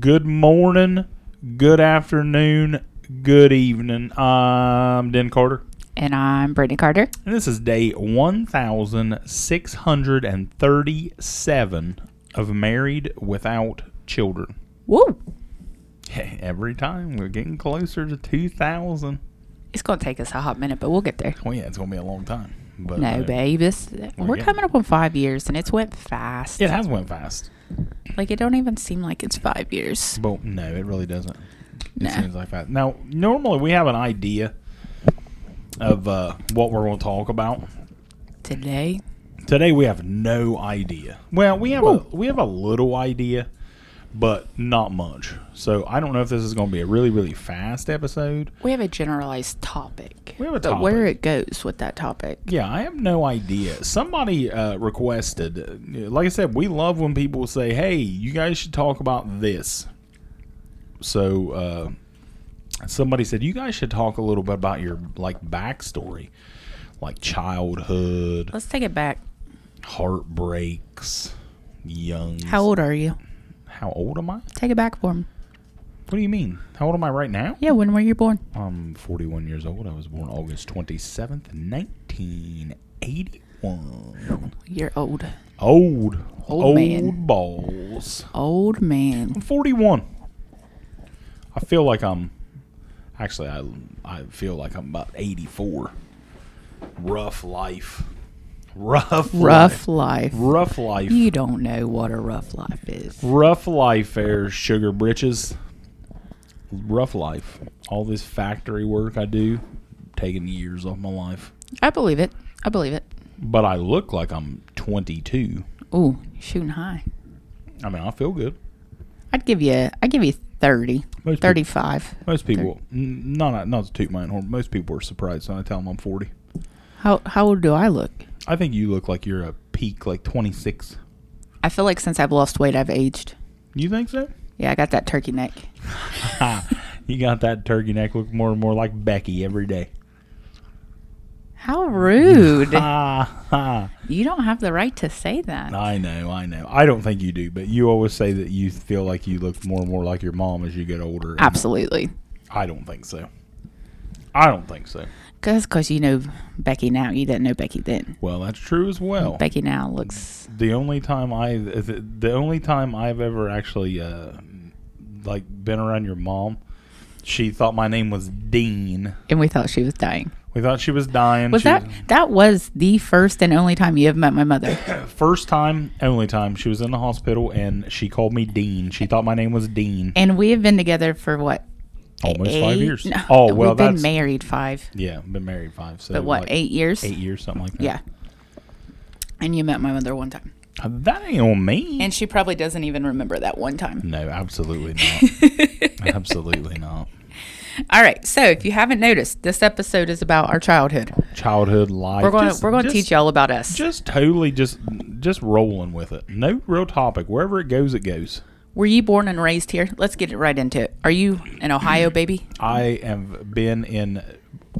good morning, good afternoon, good evening. I'm Den Carter, And I'm Brittany Carter. and this is day 1637 of Married Without Children. Woo! Every time we're getting closer to 2000. It's going to take us a hot minute, but we'll get there. Well, yeah, it's going to be a long time. But No, uh, babe, this, we're getting coming up on five years, and it's went fast. It has went fast. Like it don't even seem like it's five years. But no, it really doesn't. It No. seems like that. Now, normally we have an idea of uh, what we're going to talk about. Today, Today we have no idea. Well, we have Woo. a we have a little idea, but not much. So I don't know if this is going to be a really really fast episode. we have a generalized topic. We have a but where topic. it goes with that topic. Yeah, I have no idea. Somebody uh, requested. uh, Like I said, we love when people say, "Hey, you guys should talk about this." So uh, somebody said you guys should talk a little bit about your like backstory, like childhood, Let's take it back. heartbreaks, young. How old are you? How old am I? Take it back for me. What do you mean? How old am I right now? Yeah, when were you born? I'm 41 years old. I was born August 27th, 1981. You're old. Old. Old, man. balls. Old man. I'm 41. I feel like I'm. Actually, I, I feel like I'm about 84. Rough life. Rough life. Rough life. Rough life. You don't know what a rough life is. Rough life there, sugar britches. Rough life. All this factory work I do, taking years off my life. I believe it. I believe it. But I look like I'm 22. Ooh, shooting high. I mean, I feel good. I'd give you. I'd give you thirty. Most people, Thirty-five. most people n- not not to toot my own horn. Most people are surprised when I tell them I'm 40. How how old do I look? I think you look like you're a peak like 26. I feel like since I've lost weight, I've aged. You think so? Yeah, I got that turkey neck. You got that turkey neck look more and more like Becky every day. How rude! Ah, ha. you don't have the right to say that. I know, I know. I don't think you do, but you always say that you feel like you look more and more like your mom as you get older. and Absolutely, I don't think so. I don't think so. because you know Becky now. You didn't know Becky then. Well, that's true as well. Becky now looks the only time I, the, the only time I've ever actually, uh, like, been around your mom, she thought my name was Dean. and we thought she was dying. We thought she was dying. Was She that that was the first and only time you have met my mother? first time, only time she was in the hospital, and she called me Dean. She thought my name was Dean. And we have been together for what? Almost five eight? years. No, oh well, we've been that's married five. yeah, been married five. So But what? like, eight years. eight years, something like that. Yeah. And you met my mother one time. Uh, That ain't on me. And she probably doesn't even remember that one time. no, absolutely not. absolutely not. All right. So if you haven't noticed, this episode is about our childhood. Childhood life. We're going to Just- we're going to just- teach you all about us. Just totally just just rolling with it. No real topic. Wherever it goes, it goes. Were you born and raised here? Let's get it right into it. Are you an Ohio baby? I have been in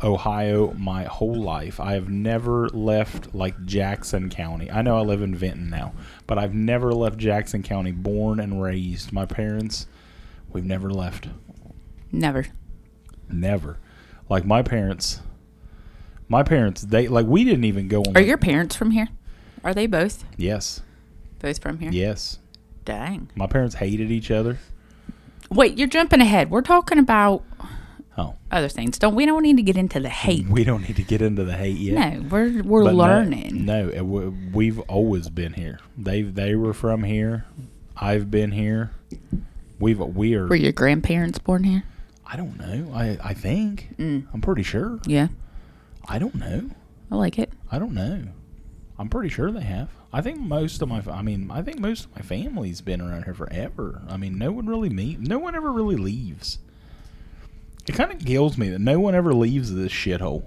Ohio my whole life. I have never left like Jackson County. I know I live in Vinton now, but I've never left Jackson County. Born and raised. My parents, we've never left. Never. Never. Like my parents. My parents, they like we didn't even go on. Are the- your parents from here? Are they both? yes, Both from here? yes. Dang. My parents hated each other. Wait, you're jumping ahead. We're talking about Oh, other things. Don't we don't need to get into the hate. we don't need to get into the hate yet. No, we're we're But no- learning. No, it w- we've always been here. They they were from here. I've been here. We've we are. Were your grandparents born here? I don't know. I I think Mm. I'm pretty sure. Yeah. I don't know. I like it. I don't know. I'm pretty sure they have. I think most of my. fa- I mean, I think most of my family's been around here forever. I mean, no one really meet. No one ever really leaves. It kind of kills me that no one ever leaves this shithole.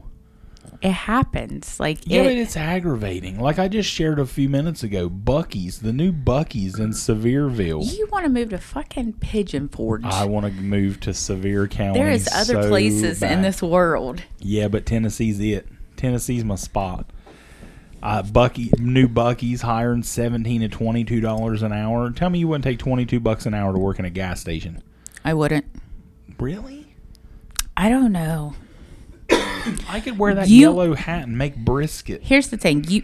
It happens. Like Yeah, but it, it's aggravating. Like I just shared a few minutes ago, Bucky's, the new Bucky's in Sevierville. You want to move to fucking Pigeon Forge. I want to move to Sevier County. there is other so places in bad. this world. Yeah, but Tennessee's it. Tennessee's my spot. Uh, Bucky, new Bucky's hiring seventeen to twenty-two dollars an hour. Tell me you wouldn't take twenty-two bucks an hour to work in a gas station? I wouldn't. Really? I don't know. I could wear that You- yellow hat and make brisket. Here's the thing. You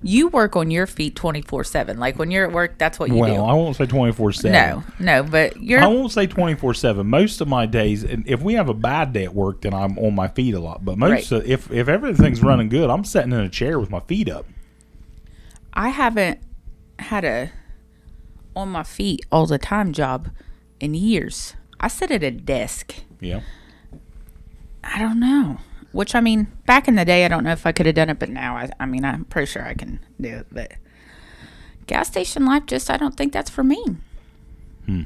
you work on your feet 24/7. Like when you're at work, that's what you Well, do. I won't say twenty-four seven. no. No, but you're I won't say 24 7. Most of my days, and if we have a bad day at work, then I'm on my feet a lot. But most, Right. of, if, if everything's running good, I'm sitting in a chair with my feet up. I haven't had a on my feet all the time job in years. I sit at a desk. Yeah. I don't know. Which I mean, back in the day, I don't know if I could have done it, but now I, I mean, I'm pretty sure I can do it. But gas station life, just I don't think that's for me. Hmm.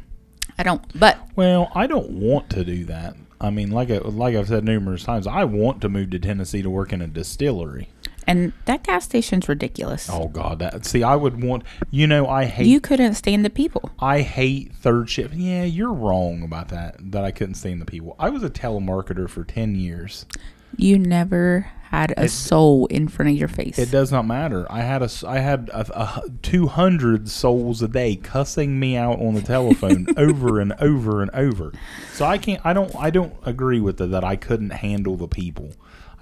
I don't. But Well, I don't want to do that. I mean, like I, like I've said numerous times, I want to move to Tennessee to work in a distillery. and that gas station's ridiculous. Oh God, that see, I would want. You know, I hate You couldn't stand the people. I hate third shift. Yeah, you're wrong about that. That I couldn't stand the people. I was a telemarketer for ten years. You never had a soul in front of your face. It does not matter. I had a s- I had a, two hundred souls a day cussing me out on the telephone over and over and over. So I can't. I don't. I don't agree with the, that. I couldn't handle the people.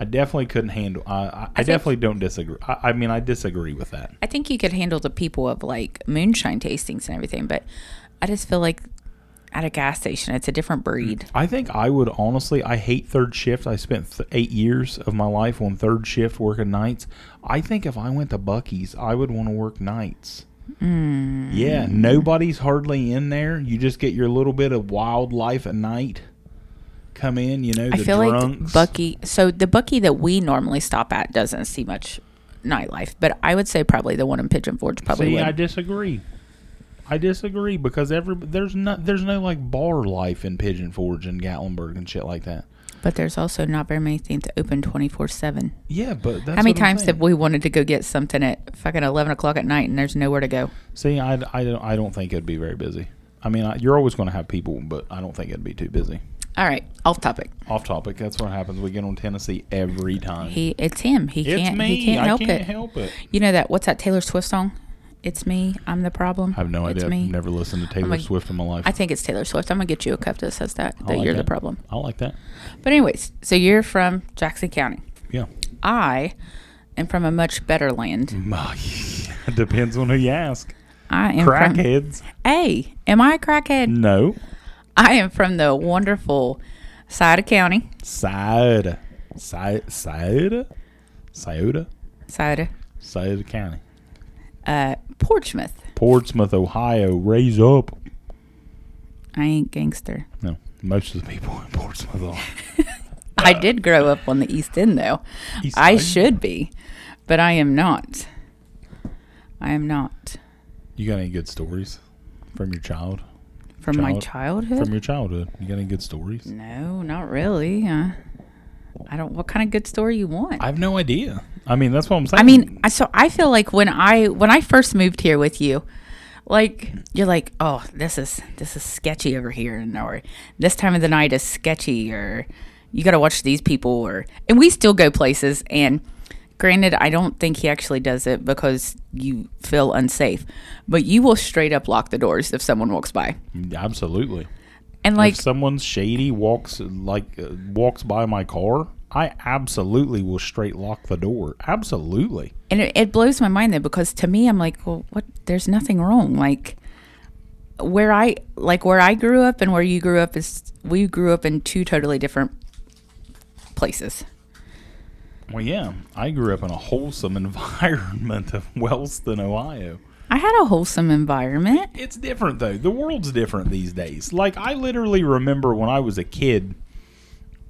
I definitely couldn't handle. I, I, I definitely don't disagree. I, I mean, I disagree with that. I think you could handle the people of like moonshine tastings and everything, but I just feel like at a gas station, it's a different breed. I think I would honestly. I hate third shift. I spent th- eight years of my life on third shift working nights. I think if I went to Bucky's, I would want to work nights. Hmm. Yeah, nobody's hardly in there. You just get your little bit of wildlife at night. Come in, you know, the I feel drunks. like Bucky. So the Bucky that we normally stop at doesn't see much nightlife, but I would say probably the one in Pigeon Forge probably See, would. I disagree. I disagree because every there's not there's no like bar life in Pigeon Forge and Gatlinburg and shit like that. but there's also not very many things open twenty four seven. Yeah, but that's How many what I'm times saying. have we wanted to go get something at fucking eleven o'clock at night and there's nowhere to go? See, I, I, don't, I don't think it'd be very busy. I mean, I, you're always going to have people, but I don't think it'd be too busy. All right, off topic. Off topic. That's what happens. We get on Tennessee every time. He, it's him. He it's can't. me. He can't I help can't it. help it. You know that? What's that Taylor Swift song? It's me. I'm the problem. I have no it's idea. Me. I've never listened to Taylor like- Swift in my life. I think it's Taylor Swift. I'm gonna get you a cup that says that I that like you're the that. problem. I like that. But anyways, so you're from Jackson County. Yeah. I am from a much better land. Depends on who you ask. I am from. Crackheads. Hey, am I a crackhead? No. I am from the wonderful Sida County. Side. Side. Side. Scioto. Sida, Scioto County. uh, Portsmouth. Portsmouth, Ohio. Raise up. I ain't gangster. No. Most of the people in Portsmouth are. I did grow up on the East End, though. Uh. East I End? should be, but I am not. I am not You got any good stories from your child? from my Child- childhood. From your childhood? You got any good stories? no, not really. Uh, I don't. What kind of good story you want? I have no idea. I mean, that's what I'm saying. I mean, I so I feel like when I when I first moved here with you, like you're like, oh, this is this is sketchy over here, and or this time of the night is sketchy, or you got to watch these people, or and we still go places. And granted, I don't think he actually does it because you feel unsafe, but you will straight up lock the doors if someone walks by, absolutely. and like If someone shady walks like uh, walks by my car, I absolutely will straight lock the door. Absolutely. and it, it blows my mind though because to me i'm like well what there's nothing wrong like where i like where i grew up and where you grew up is we grew up in two totally different places Well, yeah, I grew up in a wholesome environment of Wellston, Ohio. i had a wholesome environment It's different though. The world's different these days. Like I literally remember when I was a kid,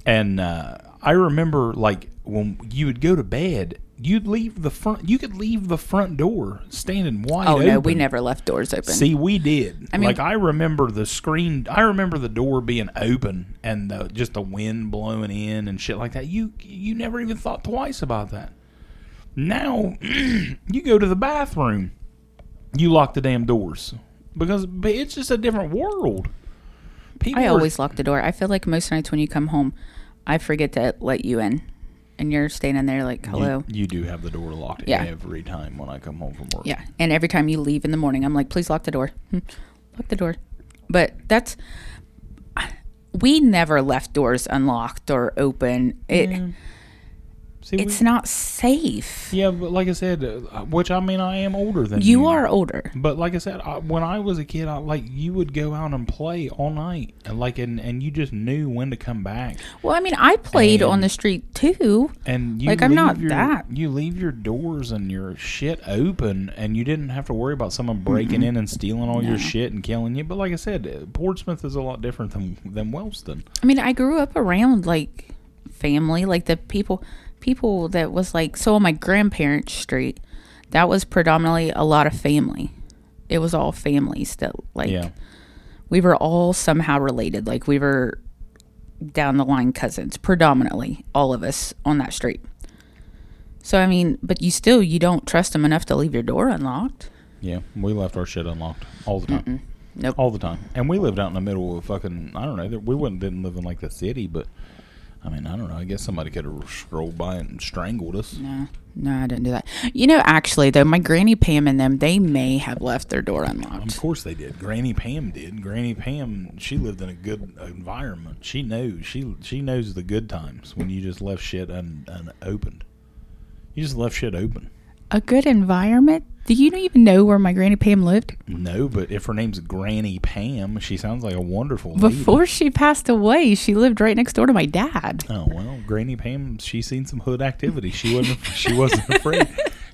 and uh, I remember like when you would go to bed, you'd leave the front. You could leave the front door standing wide oh open. no we never left doors open See, we did. mean- like I remember the screen. I remember the door being open and the, just the wind blowing in and shit like that. You you never even thought twice about that. Now you go to the bathroom, you lock the damn doors because but it's just a different world. People i are- always lock the door i feel like most nights when you come home i forget to let you in and you're standing there like, hello. You, you do have the door locked Yeah. every time when I come home from work. Yeah. And every time you leave in the morning, I'm like, please lock the door. Hmm. Lock the door. But that's we never left doors unlocked or open. It See, we- it's not safe. yeah, but like I said, uh, which I mean, I am older than you. You are older. But like I said, I, when I was a kid, I like you would go out and play all night, and like and, and you just knew when to come back. Well, I mean, I played on And- the street too. And you Like, I'm leave not your, that. You leave your doors and your shit open, and you didn't have to worry about someone breaking in and stealing all your shit and killing you. But like I said, uh, Portsmouth is a lot different than than Wellston. I mean, I grew up around like family, like the people people that was like so on my grandparents' street, that was predominantly a lot of family. It was all families that like Yeah, we were all somehow related. Like we were down the line cousins, predominantly all of us on that street. So I mean, but you still you don't trust them enough to leave your door unlocked. yeah. We left our shit unlocked all the time. Nope. all the time. And we lived out in the middle of fucking I don't know. We wouldn't didn't live in like the city, but I mean I don't know. I guess somebody could have strolled by and strangled us. No, no, I didn't do that. You know, actually though, my granny Pam and them, they may have left their door unlocked. Of course they did. Granny Pam did. Granny Pam she lived in a good environment. She knows she she knows the good times when you just left shit un, unopened. You just left shit open. A good environment? Do you even know where my granny Pam lived? No, but if her name's Granny Pam, she sounds like a wonderful lady. Before she passed away, she lived right next door to my dad. Oh well, Granny Pam, she's seen some hood activity. She wasn't. She wasn't afraid.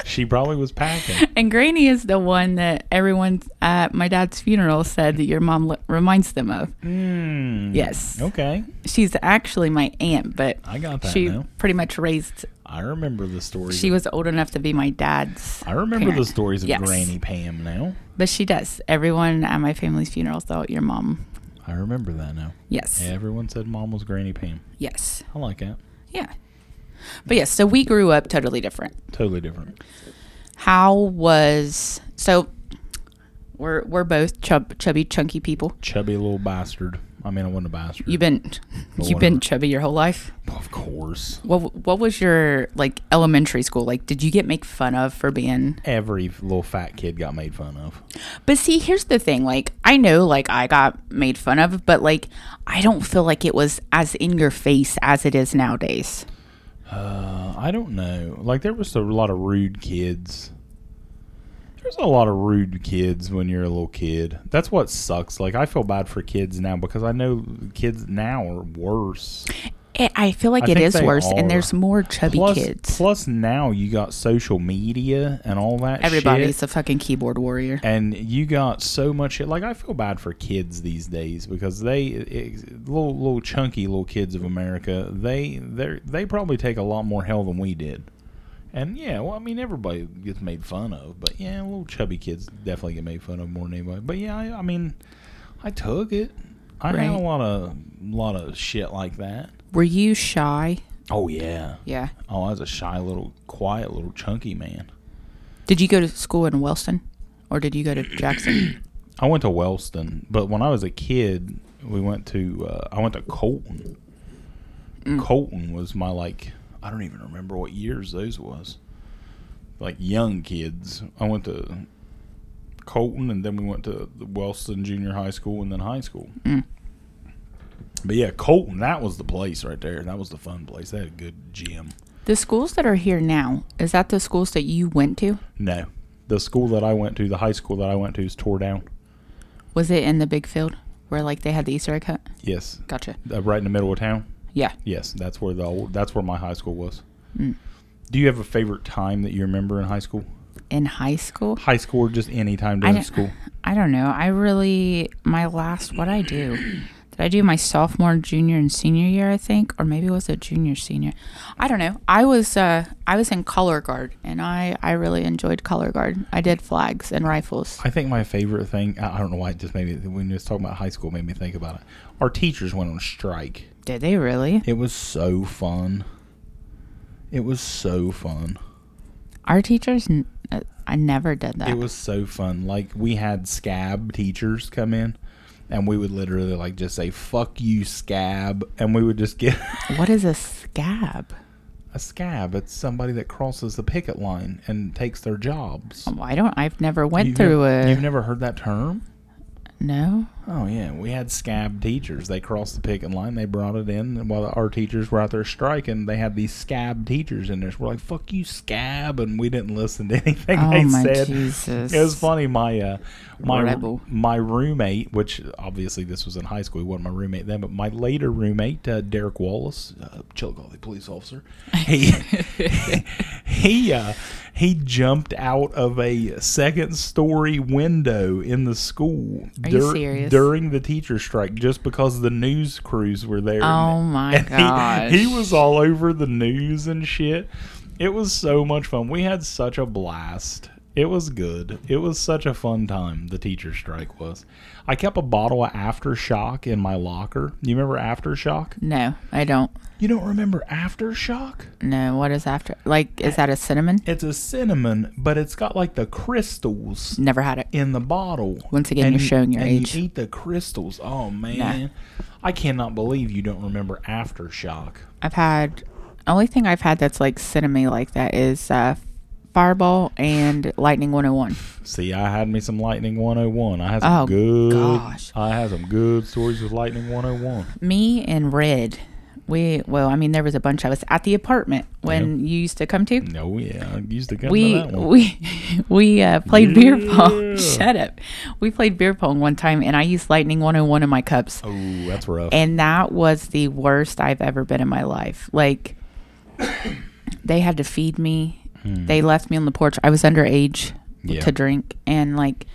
She probably was packing. And Granny is the one that everyone at my dad's funeral said that your mom li- reminds them of. Hmm. Mm. Yes. Okay, She's actually my aunt, but I got that she now. pretty much raised, I remember the stories. she was old enough to be my dad's. I remember the parent. stories of Yes. Granny Pam now. But she does. Everyone at my family's funeral thought your mom. I remember that now. Yes. Everyone said Mom was Granny Pam. Yes. I like that. Yeah. But yes, so we grew up totally different. Totally different. How was so? We're we're both chub, chubby, chunky people. Chubby little bastard. I mean, I wasn't a bastard. You've been you've whatever. been chubby your whole life. of course. What what was your like elementary school like? Did you get make fun of for being? Every little fat kid got made fun of. But see, here's the thing. Like I know, like I got made fun of, but like I don't feel like it was as in your face as it is nowadays. Uh, I don't know. Like there was a lot of rude kids. There's a lot of rude kids when you're a little kid. That's what sucks. Like I feel bad for kids now because I know kids now are worse. It, Eh, I feel like I it think is they worse, are. and there's more chubby plus, kids. plus now you got social media and all that Everybody's shit. a fucking keyboard warrior. and you got so much shit. Like I feel bad for kids these days because they it, little little chunky little kids of America. They they they probably take a lot more hell than we did. And yeah, well, I mean, everybody gets made fun of, but yeah, little chubby kids definitely get made fun of more than anybody. But yeah, I, I mean, I took it. I had a Right. lot of lot of shit like that. Were you shy? Oh yeah. Yeah. Oh, I was a shy little, quiet little chunky man. Did you go to school in Wellston, or did you go to Jackson? I went to Wellston, but when I was a kid, we went to uh, I went to Colton. Mm. Colton was my like I don't even remember what years those was. Like young kids, I went to Colton, and then we went to the Wellston Junior High School, and then high school. But yeah, Colton, that was the place right there. That was the fun place. They had a good gym. the schools that are here now is that the schools that you went to? No, the school that I went to, the high school that I went to, is tore down. Was it in the big field where like they had the Easter egg hunt? Yes, Gotcha. uh, right in the middle of town. Yeah. Yes, that's where the old, that's where my high school was. Mm. Do you have a favorite time that you remember in high school? In high school, High school, or just any time I during don't- school. I don't know. I really my last what I do. Did I do my sophomore, junior, and senior year? I think, or maybe was it junior, senior? I don't know. I was uh, I was in color guard, and I I really enjoyed color guard. I did flags and rifles. I think my favorite thing. I I don't know why. It just made me when you was talking about high school, it made me think about it. Our teachers went on strike. Did they really? It was so fun. It was so fun. Our teachers, n- uh, I never did that. It was so fun. Like we had scab teachers come in, and we would literally like just say "fuck you, scab," and we would just get what is a scab? a scab. It's somebody that crosses the picket line and takes their jobs. Why don't I've never went You've through never, a You've never heard that term? no. Oh yeah, we had scab teachers. They crossed the picket line. They brought it in, and while our teachers were out there striking, they had these scab teachers in there. So we're like, "Fuck you, scab," and we didn't listen to anything Oh they my said. Jesus. It was funny. My uh, my Rebel. my roommate, which obviously this was in high school, he wasn't my roommate then, but my later roommate, uh, Derek Wallace, uh, Chillicothe police officer, he he uh, he jumped out of a second story window in the school Are you serious? during the teacher strike just because the news crews were there. Oh my And gosh. He, he was all over the news and shit. It was so much fun. We had such a blast. It was good. It was such a fun time. The teacher strike was. I kept a bottle of aftershock in my locker. You remember aftershock? No, I don't. You don't remember aftershock? No, what is after? Like, is that a cinnamon? It's a cinnamon, but it's got like the crystals Never had it. in the bottle. Once again, And you're you- showing your and age. You eat the crystals. Oh man, I cannot believe you don't remember aftershock. I've had only thing I've had that's like cinnamon like that is uh, Fireball and Lightning 101. See, I had me some Lightning 101. I had some Oh, good. gosh. I had some good stories with Lightning 101. Me and Red, we well, I mean there was a bunch of us at the apartment when you used to come to. No, yeah, I used to come we to that one. we we uh, played beer Yeah. pong. Shut up. We played beer pong one time, and I used Lightning 101 in my cups, oh, that's rough. and that was the worst I've ever been in my life. Like they had to feed me. Hmm. They left me on the porch. I was underage Yeah. to drink, and like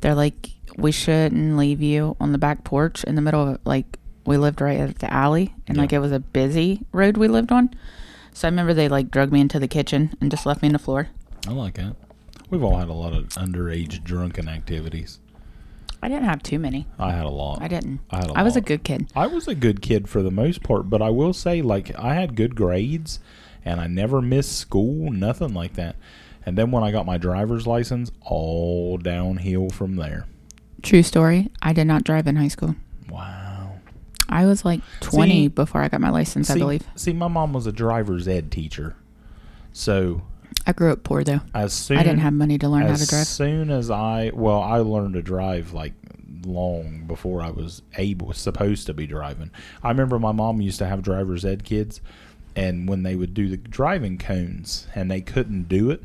they're like, we shouldn't leave you on the back porch in the middle of like we lived right at the alley, and Yeah. like it was a busy road we lived on. So I remember they like drug me into the kitchen and just left me on the floor. I like that. We've all had a lot of underage drunken activities. I didn't have too many. I had a lot. I didn't. I I, had a was a lot. good kid. I was a good kid for the most part, but I will say, like, I had good grades and I never missed school, nothing like that. And then when I got my driver's license, all downhill from there. True story. I did not drive in high school. Wow. I was like 20 See- before I got my license, I see, believe. See, my mom was a driver's ed teacher. So I grew up poor though. as soon I didn't have money to learn how as to drive. soon as I well, I learned to drive like long before I was able supposed to be driving. I remember my mom used to have driver's ed kids and when they would do the driving cones and they couldn't do it.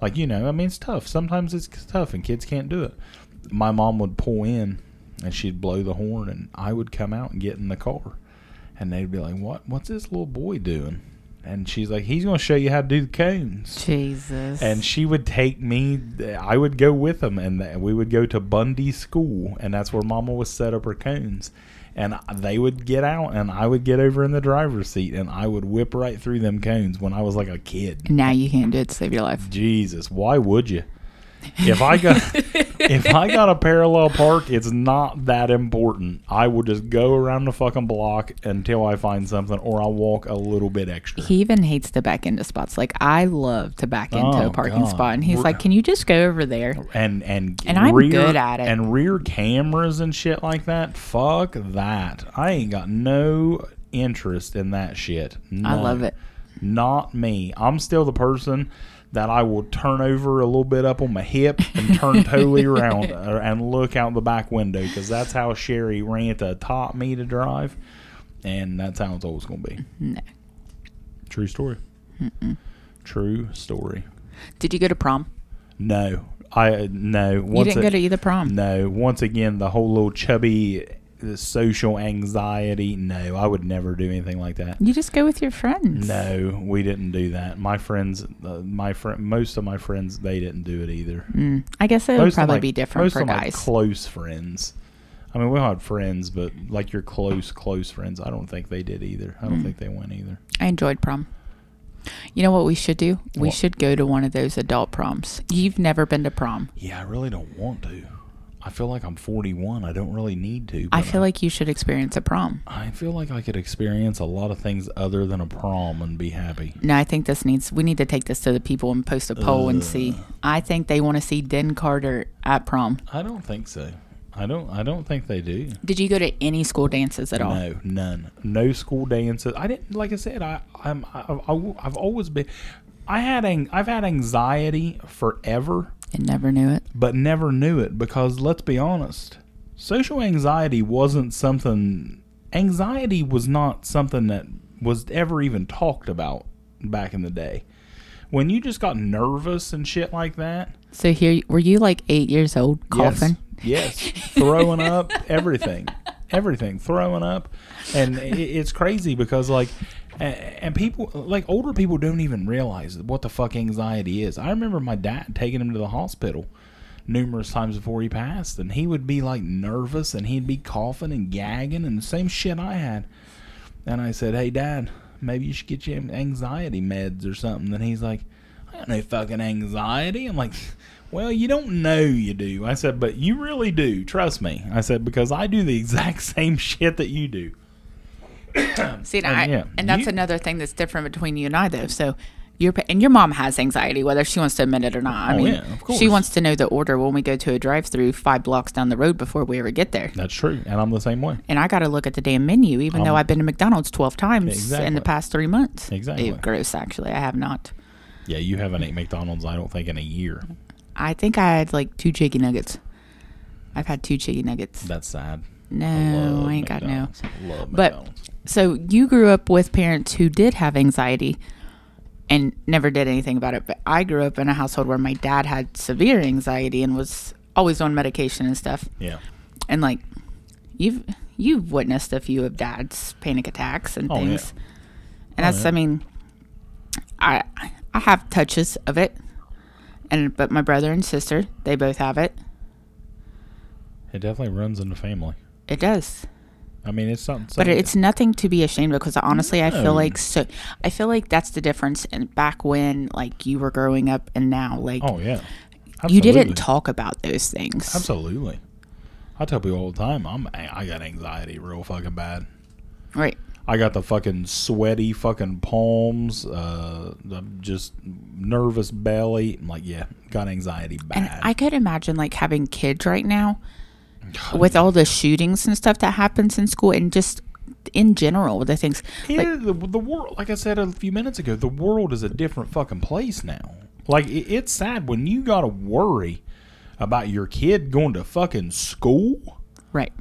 Like, you know, I mean it's tough. Sometimes it's tough and kids can't do it. My mom would pull in and she'd blow the horn and I would come out and get in the car. And they'd be like, What what's this little boy doing? And she's like, He's gonna show you how to do the cones Jesus. and she would take me i would go with them and th- we would go to bundy school and that's where mama would set up her cones and they would get out and i would get over in the driver's seat and i would whip right through them cones when i was like a kid now you can't do it to save your life. jesus why would you if i got if i got a parallel park it's not that important i will just go around the fucking block until i find something or i'll walk a little bit extra He even hates to back into spots. Like I love to back into Oh, a parking God. spot, and he's We're- like, "Can you just go over there?" and and And I'm good at it. And rear cameras and shit like that. Fuck that. I ain't got no interest in that shit. I None. love it. Not me. I'm still the person that I will turn over a little bit up on my hip and turn totally around uh, and look out the back window because that's how Sherry Ranta taught me to drive, and that's how it's always gonna be. No. True story. True story. Did you go to prom? No, I no. You Once didn't it- go to either prom. no, once again, the whole little chubby uh, social anxiety. No, I would never do anything like that. You just go with your friends. No, we didn't do that. My friends, uh, my friend, most of my friends, they didn't do it either. Mm, I guess it would Most of probably my- be different most for of my guys. close friends. I mean, we all had friends, but like your close, close friends, I don't think they did either. I Mm. don't think they went either. I enjoyed prom. You know what we should do? We What? should go to one of those adult proms. You've never been to prom. Yeah, I really don't want to. I feel like I'm 41. I don't really need to. I but feel like you should experience a prom. I feel like I could experience a lot of things other than a prom and be happy. No, I think this needs. We need to take this to the people and post a poll and see. I think they want to see Den Carter at prom. I don't think so. I don't. I don't think they do. Did you go to any school dances at all? No, none. No school dances. I didn't. Like I said, I I'm I, I, have always been. I had ang- I've had anxiety forever, And never knew it. but never knew it because let's be honest, social anxiety wasn't something. Anxiety was not something that was ever even talked about back in the day. When you just got nervous and shit like that, So here, were you like eight years old coughing? Yes, yes. throwing up, everything, everything, throwing up, and i it's crazy because like, a- and people like older people don't even realize what the fuck anxiety is. I remember my dad taking him to the hospital numerous times before he passed, and he would be like nervous, and he'd be coughing and gagging, and the same shit I had. And I said, "Hey, Dad, maybe you should get your anxiety meds or something." And he's like, "I got no fucking anxiety." I'm like, "Well, you don't know you do." I said, "But you really do. Trust me." I said because I do the exact same shit that you do. See, And, and, I, Oh, yeah, and that's you- another thing that's different between you and I, though. So your pa- and your mom has anxiety, whether she wants to admit it or not. I Oh, mean, yeah, of course. she wants to know the order when we go to a drive-through five blocks down the road before we ever get there. That's true, and I'm the same way. And I got to look at the damn menu, even though I've been to McDonald's twelve times Um, in Exactly. the past three months. Exactly. Ew, gross. Actually, I have not. Yeah, you haven't ate McDonald's, I don't think, in a year. I think I had like two chicken nuggets. I've had two chicken nuggets. That's sad. No, I ain't got no. McDonald's. I Love But- McDonald's. So you grew up with parents who did have anxiety and never did anything about it. But I grew up in a household where my dad had severe anxiety and was always on medication and stuff. yeah. And like you've you've witnessed a few of dad's panic attacks and Oh, yeah. Oh, things. And that's yeah. I mean I I have touches of it. And but my brother and sister, they both have it. It definitely runs in the family. It does. I mean, it's something. but it's nothing to be ashamed of because honestly i No. feel like so i feel like that's the difference and back when like you were growing up and now like Oh yeah. you Absolutely. didn't talk about those things Absolutely. I tell people all the time, I'm I got anxiety real fucking bad. right I got the fucking sweaty fucking palms, uh, the just nervous belly. I'm like, yeah, got anxiety and bad. i could imagine like having kids right now with all the shootings and stuff that happens in school and just in general with the things like yeah, the, the world, like I said a few minutes ago, the world is a different fucking place now. Like it, it's sad when you gotta worry about your kid going to fucking school. right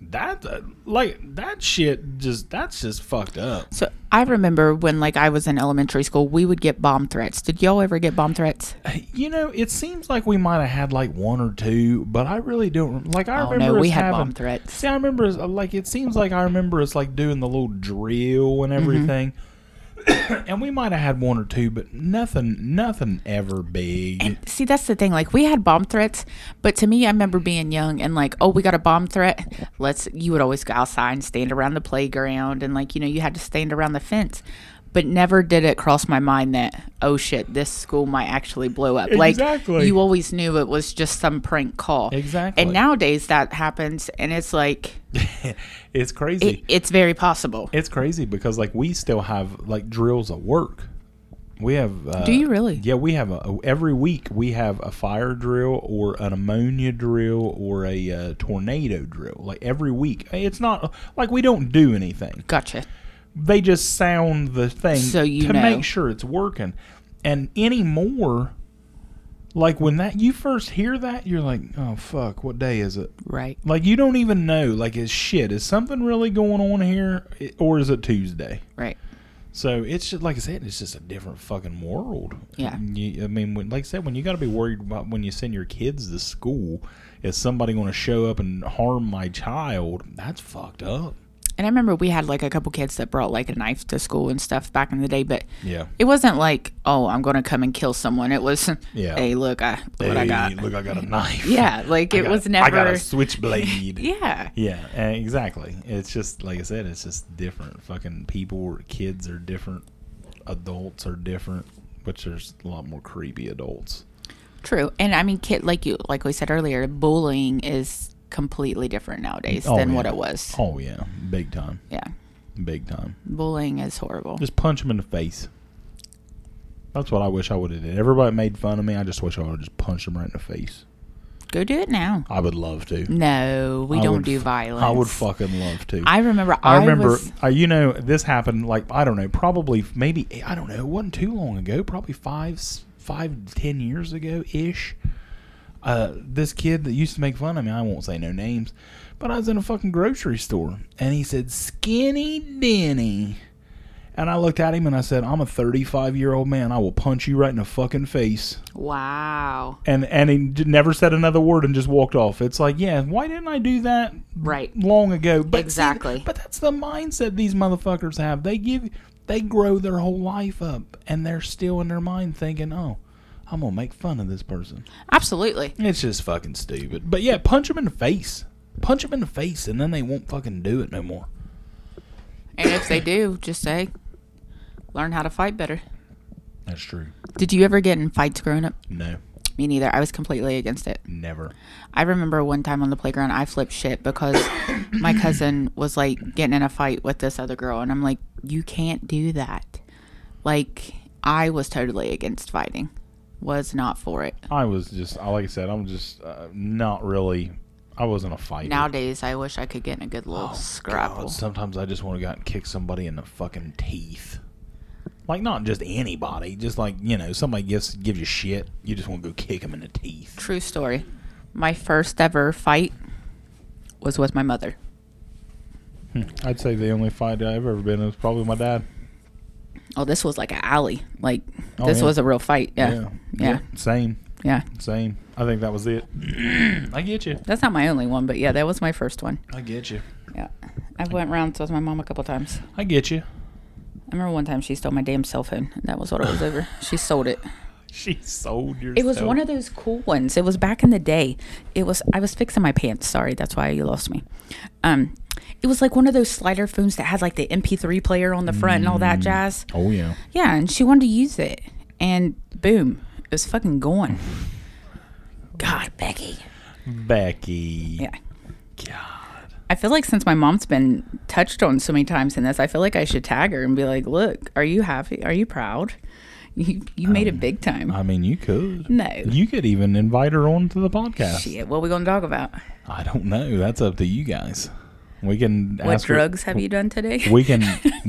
That uh, like that shit just that's just fucked up. so i remember when like i was in elementary school we would get bomb threats did y'all ever get bomb threats You know, it seems like we might have had like one or two, but I really don't. Like I Oh, no, remember we us had having- bomb threats. See, I remember us, like it seems like I remember us like doing the little drill Mm-hmm. and everything, and we might have had one or two, but nothing, nothing ever big. See, that's the thing. Like, we had bomb threats, but to me, I remember being young and like, oh, we got a bomb threat. Let's, you would always go outside and stand around the playground. And like, you know, you had to stand around the fence. But never did it cross my mind that, oh shit, this school might actually blow up. Exactly. Like, you always knew it was just some prank call. Exactly. And nowadays that happens and it's like, it's crazy. it, it's very possible. it's crazy because like we still have like drills at work. We have. Uh, Do you really? Yeah, we have a, every week. We have a fire drill or an ammonia drill or a uh, tornado drill. Like every week, it's not like we don't do anything. Gotcha. They just sound the thing So you to know. make sure it's working. And anymore, like when that you first hear that, you're like, oh fuck, what day is it? Right. Like you don't even know. Like is shit is something really going on here, I- or is it Tuesday? Right. So it's just like I said, it's just a different fucking world. Yeah. You, I mean, when, like I said, when you got to be worried about when you send your kids to school, is somebody going to show up and harm my child? That's fucked up. And I remember we had like a couple kids that brought like a knife to school and stuff back in the day, but Yeah. it wasn't like, oh, I'm going to come and kill someone. It was, Yeah. hey, look, I, what I Hey, got. Look, I got a knife. Yeah, like I it got- was I got never. a switchblade. Yeah, Yeah, eh, exactly. It's just like I said. It's just different. Fucking people, or kids are different. Adults are different, which there's a lot more creepy adults. true. And I mean, kid, like you, like we said earlier, bullying is completely different nowadays Oh, than yeah. what it was. Oh yeah, big time, Yeah, big time. bullying is horrible. Just punch him in the face. That's what I wish I would have did. Everybody made fun of me. I just wish I would have just punched him right in the face. Go do it now. I would love to. No, we I don't would do f- violence. I would fucking love to. I remember. I, I remember, was- uh, you know, this happened like I don't know, probably maybe eh, I don't know, it wasn't too long ago, probably five, s- five, ten years ago ish. Uh, this kid that used to make fun of me, I won't say no names, but I was in a fucking grocery store and he said skinny Denny, and I looked at him and I said, I'm a 35 year old man, I will punch you right in the fucking face, wow. and and he d- never said another word and just walked off. It's like, yeah, why didn't I do that Right. long ago. But see, Exactly. but that's the mindset these motherfuckers have. They give, they grow their whole life up, and they're still in their mind thinking, "Oh, I'm gonna make fun of this person." Absolutely. It's just fucking stupid. But yeah, punch them in the face. Punch them in the face, and then they won't fucking do it no more. And if they do, just say, learn how to fight better. That's true. Did you ever get in fights growing up? No, Me neither. I was completely against it. never. I remember one time on the playground, I flipped shit because my cousin was like getting in a fight with this other girl. And I'm like, you can't do that. Like, I was totally against fighting, was not for it. I was just, I- like I said, I'm just uh, not really. I wasn't a fighter. Nowadays, I wish I could get in a good little scrapple. Oh, God, sometimes I just want to go out and kick somebody in the fucking teeth. Like not just anybody, just like you know, somebody gives gives you shit. You just want to go kick them in the teeth. True story. My first ever fight was with my mother. I'd say the only fight I've ever been in was probably my dad. Oh, this was like an alley. Like Oh, this yeah. was a real fight. Yeah. Yeah. yeah. same, same. I think that was it. I get you. That's not my only one, but yeah, that was my first one. I get you. Yeah. I went rounds with my mom a couple times. I get you. I remember one time she stole my damn cell phone. And that was what it was over. She sold it. She sold your. It was one of those cool ones. It was back in the day. It was I was fixing my pants. Sorry, that's why you lost me. Um, it was like one of those slider phones that had like the MP3 player on the front and all that jazz. Oh yeah. Yeah, and she wanted to use it, and boom, it was fucking gone. God, Becky. Becky. Yeah, God. I feel like since my mom's been touched on so many times in this, I feel like I should tag her and be like, "Look, are you happy? Are you proud? You you made it big time." Um, I mean, you could. No. You could even invite her onto the podcast. Shit, what we gonna talk about? I don't know. That's up to you guys. We can What ask her- drugs have you done today? we can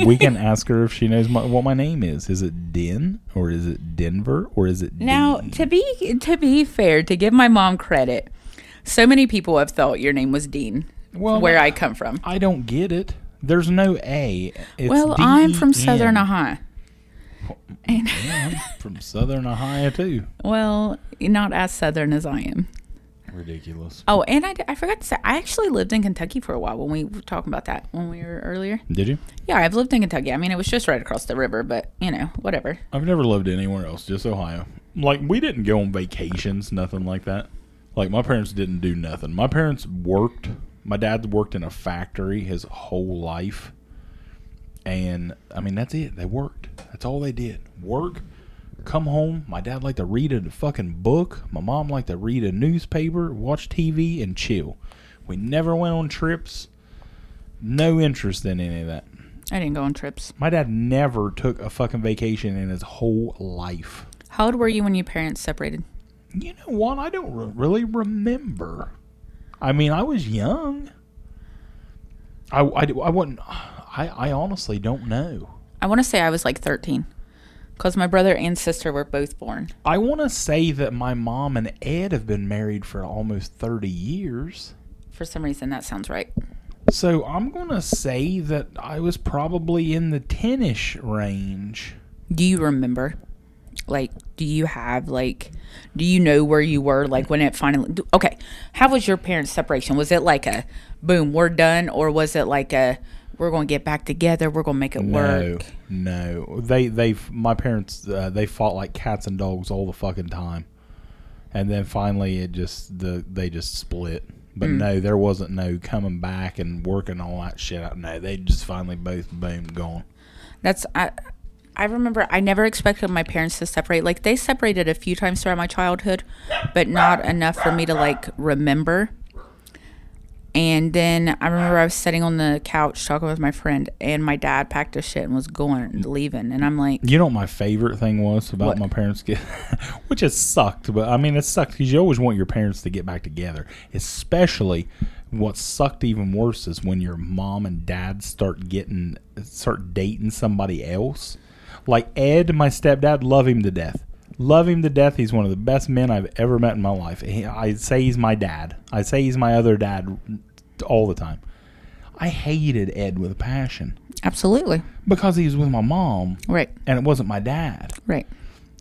we can ask her if she knows my, what my name is. Is it Den or is it Denver or is it Now, D? to be to be fair, to give my mom credit, so many people have thought your name was Dean. Well, where I come from. I don't get it. There's no A. It's E Well, I'm from D-E-N. Southern Ohio. Yeah, I'm from Southern Ohio too. Well, not as Southern as I am. Ridiculous. Oh, and I, I forgot to say, I actually lived in Kentucky for a while when we were talking about that when we were earlier. Did you? Yeah, I've lived in Kentucky. I mean, it was just right across the river, but you know, whatever. I've never lived anywhere else, just Ohio. Like we didn't go on vacations, nothing like that. Like my parents didn't do nothing. My parents worked. My dad worked in a factory his whole life. And I mean that's it. They worked. That's all they did. Work, come home. My dad liked to read a fucking book. My mom liked to read a newspaper, watch TV and chill. We never went on trips. No interest in any of that. I didn't go on trips. My dad never took a fucking vacation in his whole life. How old were you when your parents separated? You know what? I don't re- really remember. I mean, I was young. I, I, d- I wasn't. I, I honestly don't know. I want to say I was like 13 because my brother and sister were both born. I want to say that my mom and Ed have been married for almost 30 years. For some reason, that sounds right. So I'm going to say that I was probably in the 10 ish range. Do you remember? Like, do you have like, do you know where you were like when it finally? do- Okay, how was your parents' separation? Was it like a boom, we're done, or was it like a we're gonna get back together, we're gonna make it work? No, no. They they my parents uh, they fought like cats and dogs all the fucking time, and then finally it just the they just split. But no, there wasn't no coming back and working all that shit out. No, they just finally both boom gone. That's I. I remember I never expected my parents to separate. Like they separated a few times throughout my childhood, but not enough for me to like remember. And then I remember I was sitting on the couch talking with my friend, and my dad packed his shit and was going and leaving. And I'm like, You know what my favorite thing was about What? my parents get, which it sucked, but I mean it sucked because you always want your parents to get back together. Especially, what sucked even worse is when your mom and dad start getting start dating somebody else. Like Ed, my stepdad, love him to death. Love him to death. He's one of the best men I've ever met in my life. He, I say he's my dad. I say he's my other dad all the time. I hated Ed with a passion absolutely. because he was with my mom Right, and it wasn't my dad. right.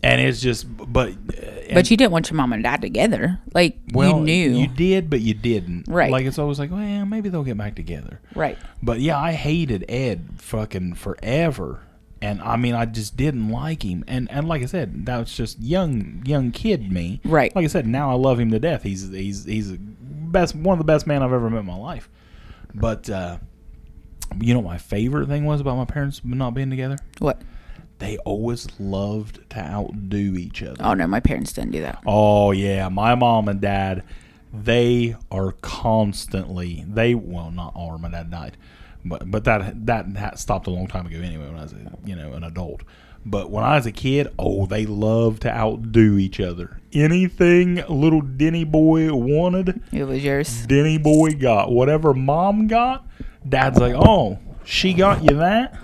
And it's just, but uh, but you didn't want your mom and dad together. Like, well, you knew. you did, but you didn't. Right. Like it's always like, well, maybe they'll get back together. right. But yeah, I hated Ed fucking forever, and I mean, I just didn't like him. And and like I said, that was just young young kid me. Right. Like I said, now I love him to death. He's he's he's the best one of the best man I've ever met in my life. But uh, you know, what my favorite thing was about my parents not being together. What? They always loved to outdo each other. Oh, no, my parents didn't do that. Oh yeah, my mom and dad, they are constantly they well not are my dad died, but but that that ha- stopped a long time ago anyway when I was a, you know an adult. But when I was a kid, oh they loved to outdo each other. Anything little Denny boy wanted, It was yours. Denny boy got. Whatever mom got, dad's like, oh she got you that.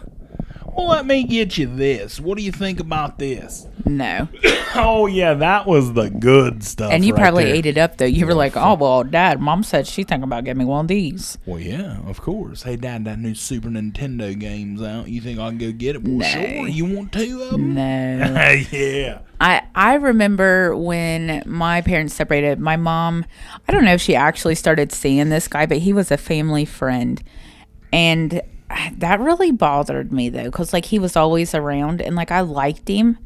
Well, let me get you this. What do you think about this? No. Oh yeah, that was the good stuff. And you right probably there. ate it up, though. You were like, oh, well, dad, mom said she thinking about getting me one of these. Well, yeah, of course. Hey, Dad, that new Super Nintendo game's out. You think I can go get it? Well, No. sure. You want two of them? No. yeah. I I remember when my parents separated. My mom, I don't know if she actually started seeing this guy, but he was a family friend, and that really bothered me though, because like he was always around, and like I liked him,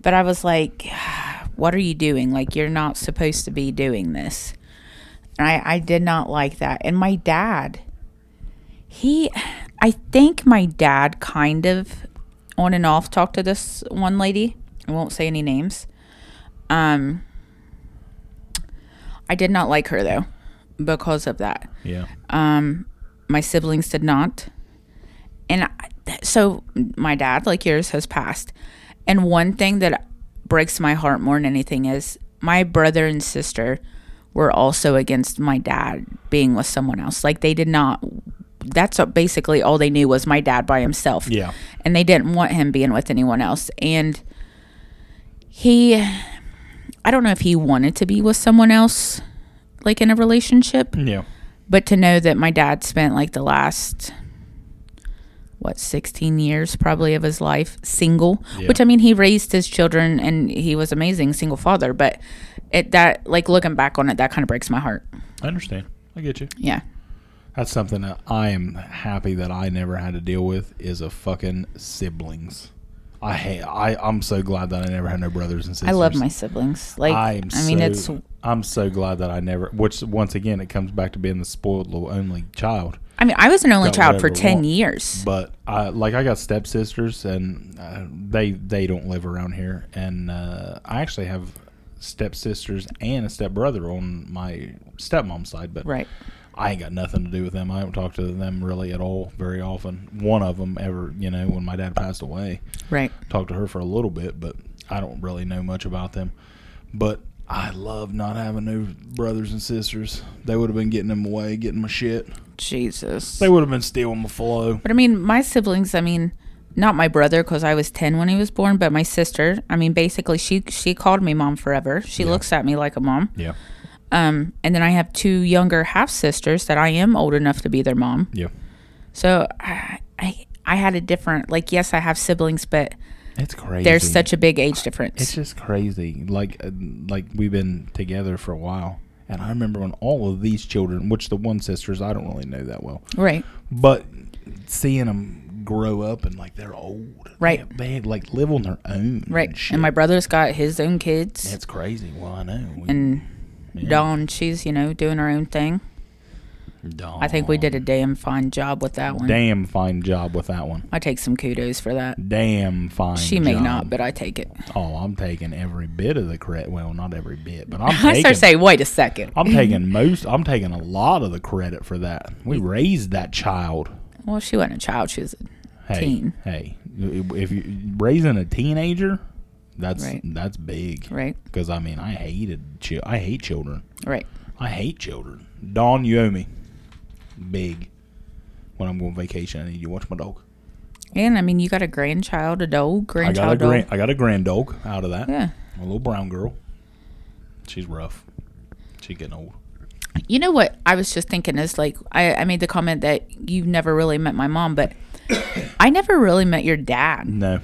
but I was like, "What are you doing? Like you're not supposed to be doing this." And I I did not like that, and my dad, he, I think my dad kind of on and off talked to this one lady. I won't say any names. Um, I did not like her though because of that. Yeah. My siblings did not. And I, th- so my dad, like yours, has passed. And one thing that breaks my heart more than anything is my brother and sister were also against my dad being with someone else. Like they did not. That's what basically all they knew was my dad by himself Yeah. and they didn't want him being with anyone else. And he, I don't know if he wanted to be with someone else, like in a relationship, Yeah. but to know that my dad spent like the last, what, 16 years probably of his life single, Yeah. which I mean, he raised his children and he was amazing single father, but it that, like looking back on it, that kind of breaks my heart. I understand. I get you. Yeah. That's something that I am happy that I never had to deal with is a fucking siblings. I hate. I I'm so glad that I never had no brothers and sisters. I love my siblings. Like, i I'm mean, so, it's, I'm so glad that I never. Which once again, it comes back to being the spoiled little only child. I mean, I was an only Got child for whatever I 10 want. years. But I like I got stepsisters and uh, they they don't live around here and uh, I actually have stepsisters and a stepbrother on my stepmom's side but Right. I ain't got nothing to do with them. I don't talk to them really at all very often. One of them ever, you know, when my dad passed away, Right. talked to her for a little bit, but I don't really know much about them. But I love not having no brothers and sisters. They would have been getting them away, getting my shit. Jesus. They would have been stealing my flow. But I mean, my siblings. I mean, not my brother because I was ten when he was born, but my sister. I mean, basically, she she called me mom forever. She looks at me like a mom. Yeah. Um, and then I have two younger half sisters that I am old enough to be their mom. Yeah. So I, I I had a different like yes, I have siblings, but It's crazy. there's such a big age difference. It's just crazy. Like uh, like we've been together for a while, and I remember when all of these children, which the one sisters I don't really know that well, right. but seeing them grow up and like they're old, Right. They, they, like live on their own, Right. And, shit. And my brother's got his own kids. That's crazy. Well, I know. We- and yeah. Dawn, she's, you know, doing her own thing. I think we did a damn fine job with that one. Damn fine job with that one. I take some kudos for that. Damn fine. She may job. not, but I take it. Oh, I'm taking every bit of the credit. Well, not every bit, but I'm I taking. start saying, wait a second. I'm taking most. I'm taking a lot of the credit for that. We raised that child. Well, she wasn't a child; she was a Hey, teen, hey, if you raising a teenager, that's Right. that's big. right? Because I mean, I hated. Chi- I hate children. Right. I hate children. Dawn, you owe me. Big. When I'm going vacation, I need you to watch my dog. And I mean, you got a grandchild, a dog, I got a grandchild, dog. grand. I got a grand dog out of that. yeah. A little brown girl. She's rough. She getting old. You know what I was just thinking is like I, I made the comment that you've never really met my mom, but I never really met your dad. No.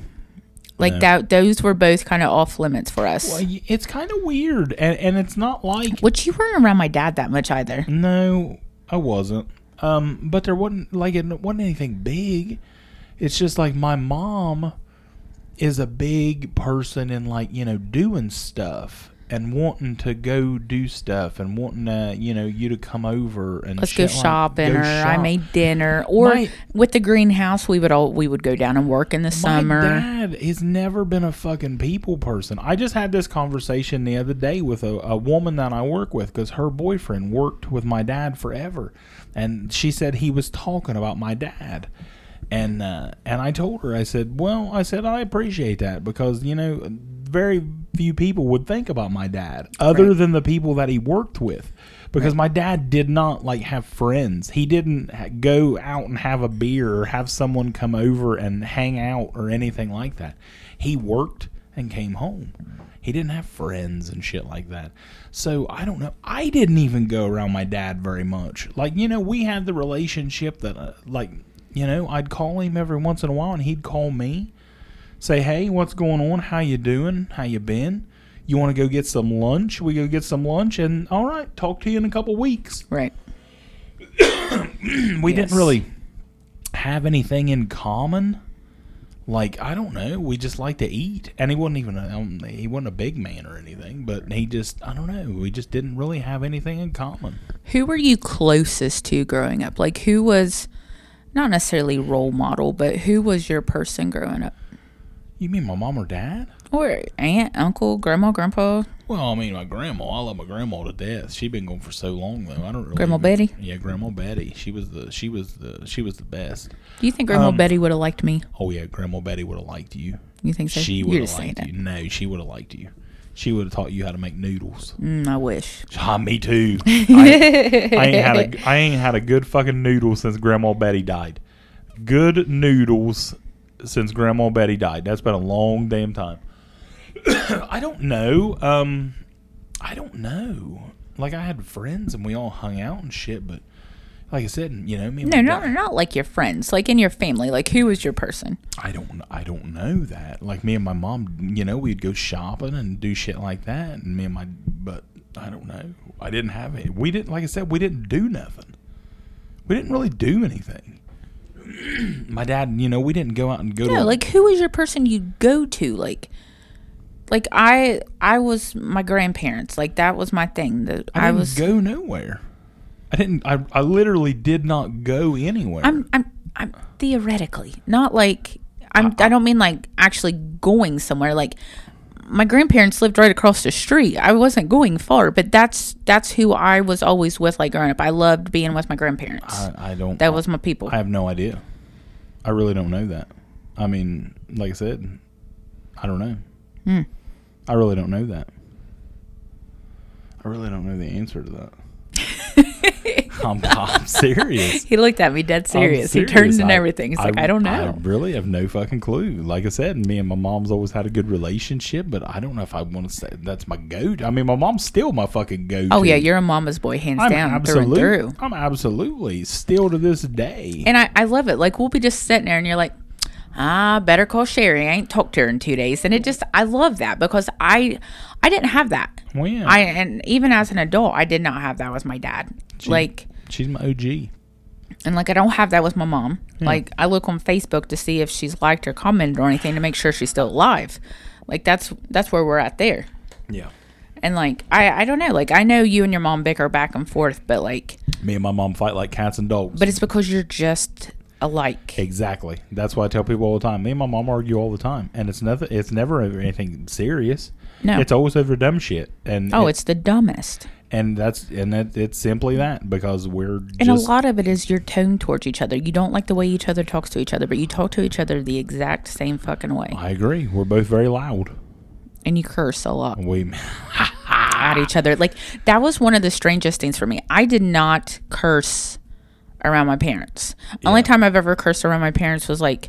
Like No. that, those were both kind of off limits for us. Well, y- it's kind of weird, and and it's not like Which you weren't around my dad that much either. no, I wasn't. Um, but there wasn't like it wasn't anything big. It's just like my mom is a big person and like you know doing stuff and wanting to go do stuff and wanting to you know you to come over and Let's go shit like- shopping, go or I shop. made dinner, or My- with the greenhouse, we would all we would go down and work in the summer. My dad has never been a fucking people person. I just had this conversation the other day with a, a woman that I work with because her boyfriend worked with my dad forever, and she said he was talking about my dad. And uh, and I told her I said, well, I said I appreciate that because you know very few people would think about my dad other than the people that he worked with because my dad did not like have friends. He didn't ha- go out and have a beer or have someone come over and hang out or anything like that. He worked and came home. He didn't have friends and shit like that. So I don't know. I didn't even go around my dad very much. Like you know, we had the relationship that uh, like you know I'd call him every once in a while and he'd call me say hey what's going on how you doing how you been you want to go get some lunch we go get some lunch and all right talk to you in a couple weeks right. we Yes. didn't really have anything in common like i don't know we just like to eat and he wasn't even a, um, he wasn't a big man or anything but he just i don't know we just didn't really have anything in common Who were you closest to growing up? Like who was not necessarily role model, but who was your person growing up? you mean my mom or dad Or aunt, uncle, grandma, grandpa, well, I mean, my grandma. I love my grandma to deeth. She been gone for so long though. I don't really. Grandma Betty? Yeah, Grandma Betty. She was the. She was the. She was the best. Do you think Um, Grandma Betty would have liked me? Oh yeah, Grandma Betty would have liked you. You think so? She You're would have just saying liked you. No, she would have liked you. She would have taught you how to make noodles. that. Mm, I wish. Ah, me too. I, I ain't had a I ain't had a good fucking noodle since Grandma Betty died. Good noodles since Grandma Betty died. That's been a long damn time. I don't know. Um, I don't know. Like I had friends and we all hung out and shit, but like I said, you know, me and No, my not dad- not like your friends, like in your family. Like who was your person? I don't I don't know that. Like me and my mom, you know, we'd go shopping and do shit like that and me and my but I don't know. I didn't have it. We didn't like I said we didn't do nothing. We didn't really do anything. my dad, you know, we didn't go out and go No, to like who was your person you go to? Like, like I I was my grandparents. Like that was my thing. That I I, didn't was. go nowhere. I didn't I, I literally did not go anywhere. I'm I'm I'm theoretically not like Uh, I'm. I don't mean like actually going somewhere. Like my grandparents lived right across the street. I wasn't going far, but that's that's who I was always with. Like growing up, I loved being with my grandparents. I, I don't that was my people. I have no idea. I really don't know that. I mean, like I said, I don't know. Hmm. I really don't know that. I really don't know the answer to that. I'm, I'm serious. he looked at me dead I'm serious. He serious. turned and I- everything. He's like, I don't know. I really have no fucking clue. Like I said, me and my mom's always had a good relationship, but I don't know if I want to say that's my go. I mean, my mom's still my fucking go. Oh yeah, you're a mama's boy, hands I'm down, absolute, through and through. I'm absolutely still to this day. And I, I love it. Like we'll be just sitting there, and you're like, ah, better call Sherry. I ain't talked to her in two days, and it just I love that because I I didn't have that. Well, yeah. I and even as an adult, I did not have that with my dad. Like She's my OG. and like I don't have that with my mom. Like I look on Facebook to see if she's liked or commented or anything to make sure she's still alive. Like that's that's where we're at there. Yeah. And like I, I don't know. Like I know you and your mom bicker back and forth, but like Me and my mom fight like cats and dogs. but it's because you're just alike. exactly. That's why I tell people all the time. Me and my mom argue all the time, and it's never it's never over anything serious. No. it's always over dumb shit. And Oh, it- it's the dumbest. and that's and that it's simply that because we're And just a lot of it is your tone towards each other. You don't like the way each other talks to each other, but you talk to each other the exact same fucking way. I agree. We're both very loud. And you curse a lot We at each other. Like that was one of the strangest things for me. I did not curse around my parents. Only time I've ever cursed around my parents was like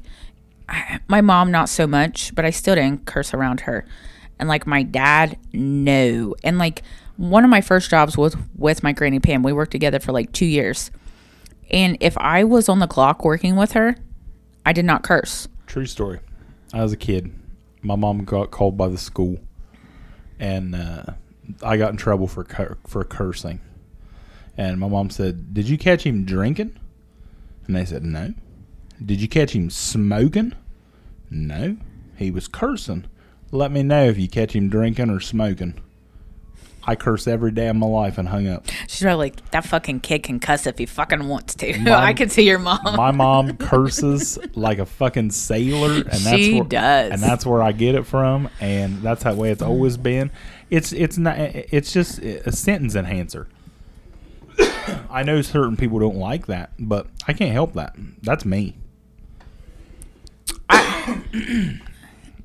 I, my mom not so much, but I still didn't curse around her. And like my dad, no. And like one of my first jobs was with my granny Pam. We worked together for like 2 years. And if I was on the clock working with her, I did not curse. True story. I was a kid. My mom got called by the school, and uh, I got in trouble for cur- for cursing. And my mom said, "Did you catch him drinking?" And they said, "No." Did you catch him smoking? No. He was cursing. Let me know if you catch him drinking or smoking. I curse every day of my life and hung up. She's probably like, that fucking kid can cuss if he fucking wants to. Mom- I can see your mom. My mom curses like a fucking sailor, and that's She where, does. and that's where I get it from, and that's how way it's always been. It's it's not it's just a sentence enhancer. I know certain people don't like that, but I can't help that. That's me. I,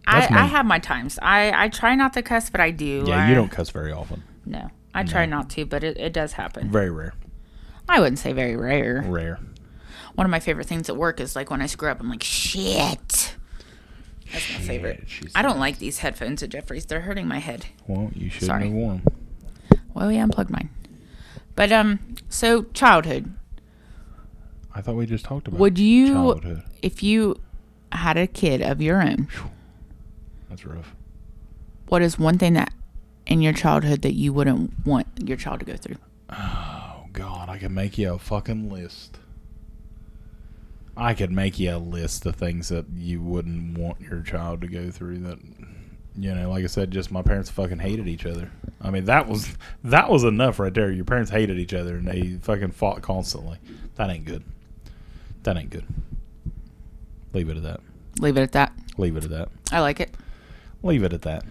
That's me. I have my times. I, I try not to cuss, but I do. Yeah, I, you don't cuss very often. No, I try not to, but it, it does happen. Very rare, I wouldn't say very rare. rare. One of my favorite things at work is like when I screw up, I'm like, shit. That's my favorite. Yeah, she I said- don't like these headphones at Jeffrey's. They're hurting my head. Well, you shouldn't Sorry. have worn 'em. Well, yeah, unplugged mine. But um, so childhood. I thought we just talked about Would you, childhood. if you had a kid of your own, That's rough. what is one thing that in your childhood that you wouldn't want your child to go through? Oh God, I could make you a fucking list. I could make you a list of things that you wouldn't want your child to go through. That you know, like I said, just my parents fucking hated each other. I mean, that was that was enough right there. Your parents hated each other and they fucking fought constantly. That ain't good. That ain't good. Leave it at that. Leave it at that. Leave it at that. I like it. Leave it at that.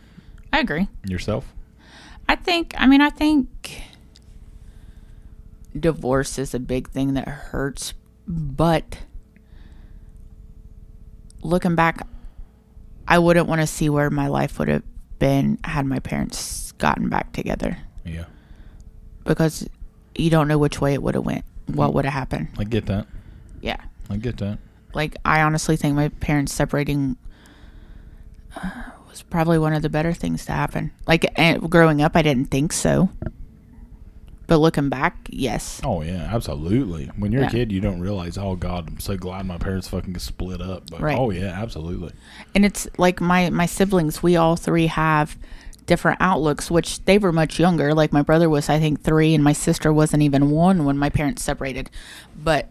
I agree. Yourself? I think. I mean, I think divorce is a big thing that hurts, but looking back, I wouldn't want to see where my life would have been had my parents gotten back together Yeah. because you don't know which way it would have went, what would have happened. I get that. Yeah. I get that. Like I honestly think my parents separating uh, was probably one of the better things to happen. Like eh, growing up, I didn't think so, but looking back, yes. Oh yeah, absolutely. When you're Yeah. a kid, you don't realize. Oh God, I'm so glad my parents fucking split up. But Right. oh yeah, absolutely. And it's like my my siblings, we all three have different outlooks, which they were much younger. Like my brother was, I think, three, and my sister wasn't even one when my parents separated. But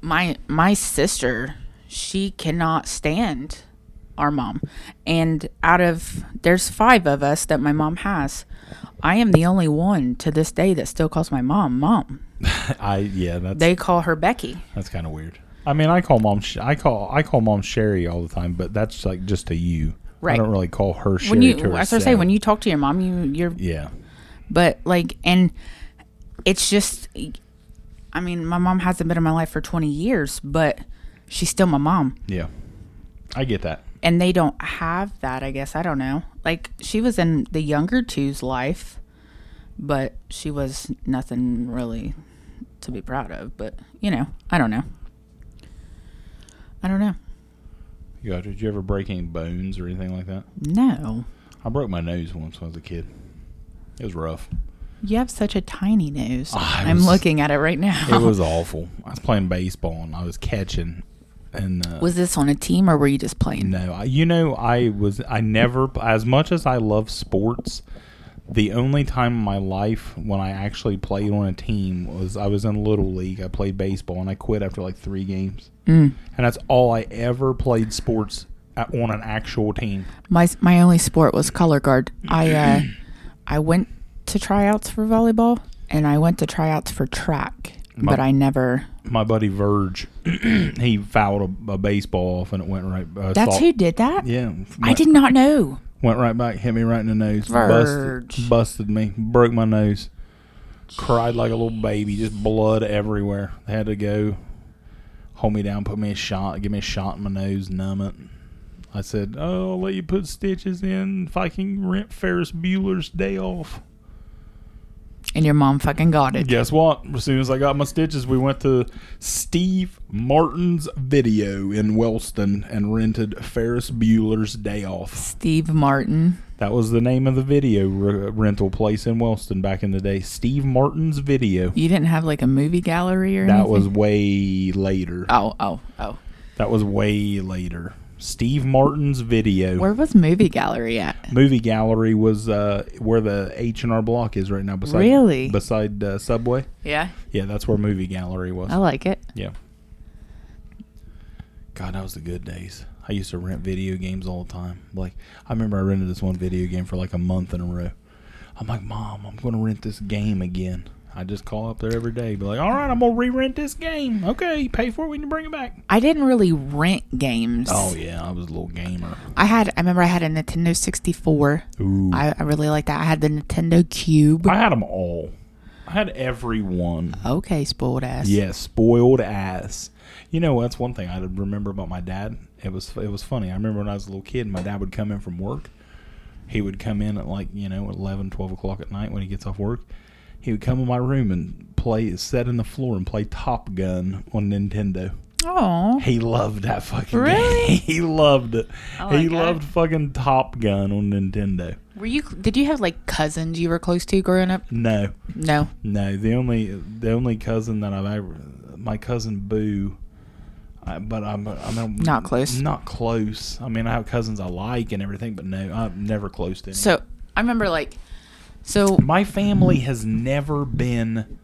my my sister, she cannot stand our mom. And out of there's five of us that my mom has. I am the only one to this day that still calls my mom mom. I yeah, that's They call her Becky. that's kind of weird. I mean, I call mom. Sh- I call I call mom Sherry all the time, but that's like just to you. Right. I don't really call her Sherry. When to you, herself. as I say, when you talk to your mom, you you're yeah, but like and it's just i mean my mom hasn't been in my life for 20 years but she's still my mom yeah, I get that. and they don't have that i guess i don't know like she was in the younger two's life but she was nothing really to be proud of but you know i don't know i don't know You got, did you ever break any bones or anything like that? no I broke my nose once when I was a kid. It was rough. you have such a tiny nose I i'm Ah, was- looking at it right now It was awful. I was playing baseball and I was catching, and uh, was this on a team or were you just playing No, I- you know, I was I never as much as I love sports. The only time in my life when I actually played on a team was I was in little league. I played baseball and I quit after like three games, mm. and that's all I ever played sports at, on an actual team. Mm-hmm. My my only sport was color guard. I uh, I went to tryouts for volleyball and I went to tryouts for track, My- but I never. My buddy Verge, he fouled a, a baseball off and it went right. Uh, That's salt- who did that. Yeah, I did not know. Went right back, hit me right in the nose. Verge. Busted, busted me, broke my nose. Cried like a little baby, just blood everywhere. They had to go hold me down, put me a shot, give me a shot in my nose, numb it. I said, Oh, I'll let you put stitches in if I can rent Ferris Bueller's day off. And your mom fucking got it. Guess what? As soon as I got my stitches, we went to Steve Martin's video in Wellston and rented Ferris Bueller's Day Off. Steve Martin. That was the name of the video re- rental place in Wellston back in the day. Steve Martin's Video. You didn't have like a movie gallery or That anything? was way later. Oh, oh, oh. That was way later. Steve Martin's Video. Where was movie gallery at? Movie gallery was uh, where the H and R Block is right now. Beside, Really? Beside uh, Subway. Yeah, Yeah, that's where movie gallery was. I like it. Yeah. God, that was the good days. I used to rent video games all the time. Like, I remember I rented this one video game for like a month in a row. I'm like, Mom, I'm going to rent this game again. I just call up there every day, be like, All right, I'm going to re rent this game. Okay, you pay for it when you bring it back. I didn't really rent games. Oh, yeah, I was a little gamer. I had. I remember I had a Nintendo 64. Ooh. I, I, I really liked that. I had the Nintendo Cube. had them all. I had every one. Okay, spoiled ass. Yeah, spoiled ass. You know that's one thing I remember about my dad. It was it was funny. I remember when I was a little kid, my dad would come in from work. He would come in at like you know 11, 12 o'clock at night when he gets off work. He would come in my room and play, sit in the floor and play Top Gun on Nintendo. Oh. He loved that fucking Really? game. he loved it. Oh my he God. loved fucking Top Gun on Nintendo. Were you? Did you have like cousins you were close to growing up? No, No. No, the only the only cousin that I've ever, my cousin Boo, I, but I'm I mean, Not close. Not close. I mean, I have cousins I like and everything, but no, I'm never close to. Anyone. So I remember like, so my family has never been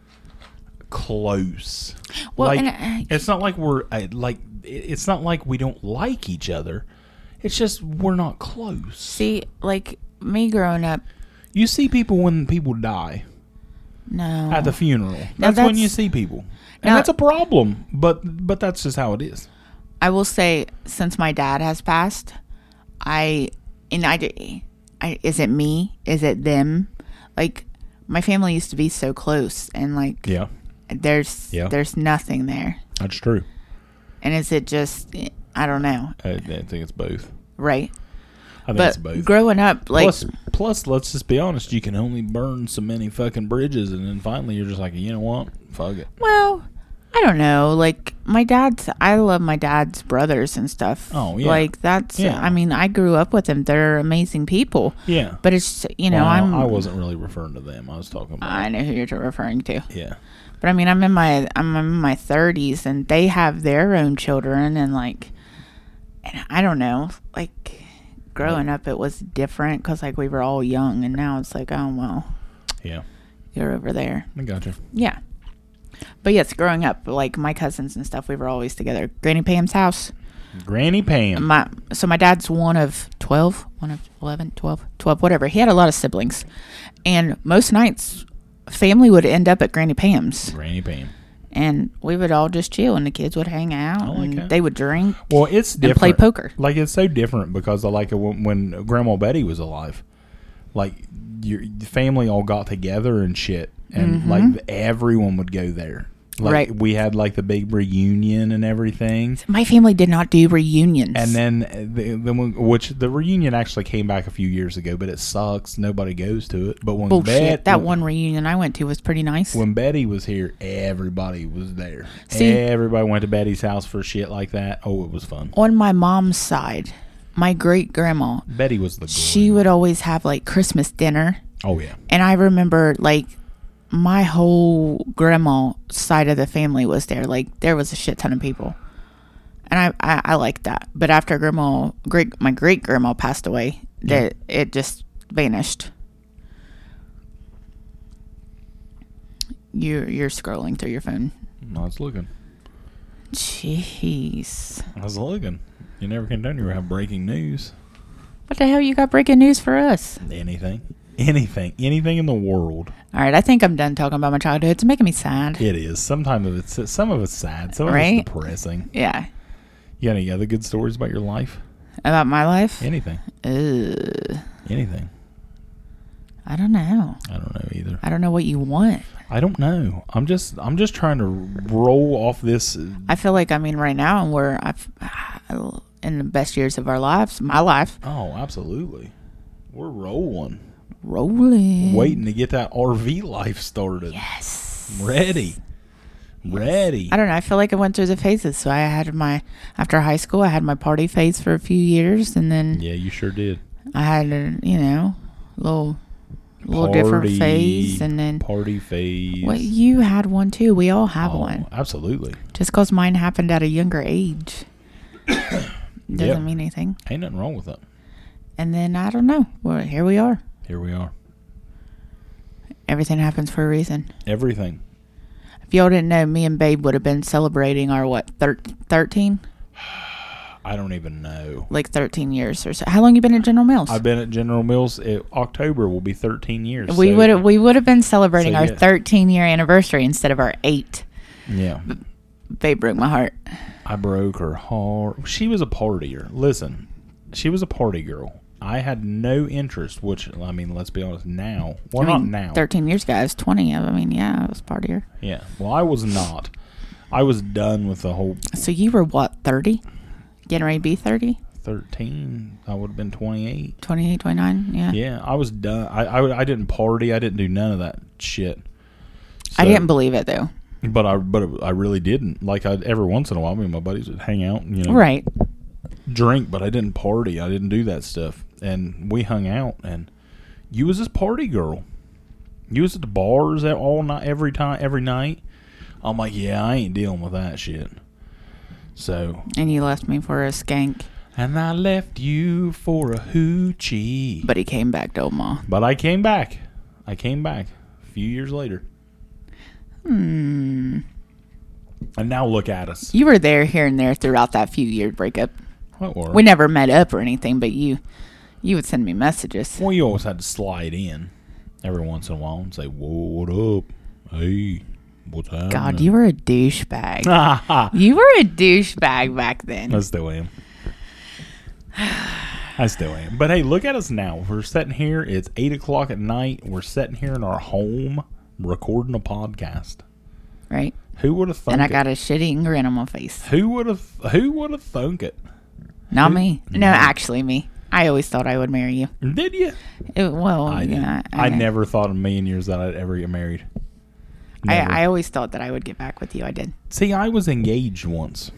close. Well, like, and I- it's not like we're uh, like it- it's not like we don't like each other. It's just we're not close. see, like me growing up, You see people when people die. no. at the funeral. Now That's, when that's- you see people, and now- that's a problem. But but that's just how it is. I will say, since my dad has passed, I and I, d- I- is it me? Is it them? Like my family used to be so close, and like Yeah, there's Yeah. there's nothing there. that's true. And is it just I don't know, I, I think it's both. right? I think it's But both. growing up, like plus, plus, let's just be honest. You can only burn so many fucking bridges, and then finally you're just like, you know what? Fuck it. well, I don't know. Like my dad's, I love my dad's brothers and stuff. Oh, yeah. Like that's, Yeah. I mean, I grew up with them. They're amazing people. Yeah. But it's you know Well, I'm Uh, I wasn't really referring to them. I was talking about. I know who you're referring to. yeah. But I mean, I'm in my I'm in my 30s, and they have their own children, and like, and I don't know, like growing up, it was different because like we were all young, and now it's like, oh well, Yeah. you're over there, I got you. yeah. But yes, growing up, like my cousins and stuff, we were always together. Granny Pam's house. Granny Pam. My so my dad's one of 12, one of 11, 12, 12, whatever. He had a lot of siblings. And most nights family would end up at Granny Pam's. Granny Pam. and we would all just chill and the kids would hang out like and that. they would drink Well, it's different. and play poker. Like it's so different because I like it when, when Grandma Betty was alive. Like your the family all got together and shit, and like everyone would go there. Like Mm-hmm. Right. we had like the big reunion and everything, My family did not do reunions. and then uh, the, the one, which the reunion actually came back a few years ago, but it sucks. Nobody goes to it. But when bullshit. Bet- that one reunion I went to was pretty nice. when Betty was here, everybody was there. See- everybody went to Betty's house for shit like that. Oh, it was fun. On my mom's side, my great grandma, Betty was the she would always have like Christmas dinner. oh yeah. And I remember like my whole grandma side of the family was there. Like there was a shit ton of people. And I, I, I liked that. But after grandma great my great grandma passed away, that it just vanished. You're you're scrolling through your phone. I was looking. Jeez. I was looking. You never can tell you have breaking news. What the hell you got breaking news for us? Anything. Anything, anything in the world, All right, I think I'm done talking about my childhood. It's making me sad. it is. Sometimes of it's some of it's sad, some of Right? it's depressing. Yeah. You got any other good stories about your life? About my life? Anything, Ugh, anything. I don't know. I don't know either. I don't know what you want. I don't know. I'm just, I'm just trying to roll off this. I feel like I mean right now we're I've, in the best years of our lives, my life, Oh, absolutely. We're rolling, rolling. waiting to get that RV life started. Yes. Ready, ready. I don't know. I feel like I went through the phases. So I had my after high school, I had my party phase for a few years, and then Yeah, you sure did. I had a you know little little different phase, and then party phase. well, you had one too. We all have Oh, one. Absolutely. Just because mine happened at a younger age doesn't Yep. mean anything. Ain't nothing wrong with that. And then I don't know. Well, here we are. Here we are. Everything happens for a reason. Everything. If y'all didn't know, me and Babe would have been celebrating our what thir- thirteen, I don't even know. like thirteen years or so. How long you been at General Mills? I've been at General Mills. eh, October will be 13 years. we so- would we would have been celebrating So, our yeah. thirteen year anniversary instead of our eight. Yeah. Babe broke my heart. I broke her heart. She was a partier. Listen, she was a party girl. I had no interest, which, I mean, let's be honest, now. Well, I mean, not now. Thirteen years ago, I was twenty. I mean, yeah, I was part of your. Yeah. Well, I was not. I was done with the whole So you were what thirty? Getting ready to be 30? 13. I would have been 28. 28, 29? Yeah. Yeah, I was done. I, I, I didn't party. I didn't do none of that shit. I So- didn't believe it though. But I but I really didn't. Like I every once in a while, me and my buddies would hang out, and, you know, Right. drink. But I didn't party. I didn't do that stuff. And we hung out, and you was this party girl. You was at the bars at all night, every time, every night. I'm like, yeah, I ain't dealing with that shit. So, And you left me for a skank, and I left you for a hoochie. but he came back to Omaha. But I came back. I came back a few years later. Hmm. And now look at us. You were there here and there throughout that few year breakup. What were We never met up or anything, but you you would send me messages. Well, you always had to slide in every once in a while and say, "What up? Hey, what's happening?" God, you were a douchebag. you. You were a douchebag back then. I still am. I still am. But hey, look at us now. We're sitting here. It's eight o'clock at night. We're sitting here in our home recording a podcast. Right? Who would have thunk And I it? got a shitty grin on my face. who would have Who would have thunk it? Not me. Mm-hmm. No, actually me. I always thought I would marry you. Did you? It- well, I didn't. yeah. I never thought in a million years that I'd ever get married. Never. I, I always thought that I would get back with you. I did. See, I was engaged once.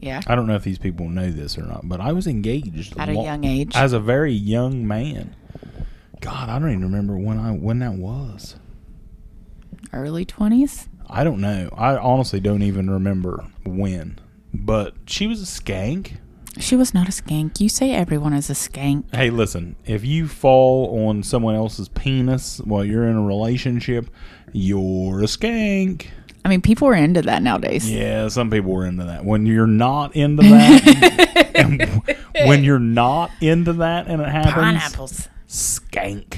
Yeah. I don't know if these people know this or not, but I was engaged At a lo- young age. As a very young man. God, I don't even remember when I when that was. Early 20s? I don't know. I honestly don't even remember when. But she was a skank. She was not a skank. You say everyone is a skank. Hey, listen, if you fall on someone else's penis while you're in a relationship, you're a skank. I mean, people are into that nowadays. Yeah, some people were into that. When you're not into that, and w- when you're not into that and it happens, Pineapples. skank,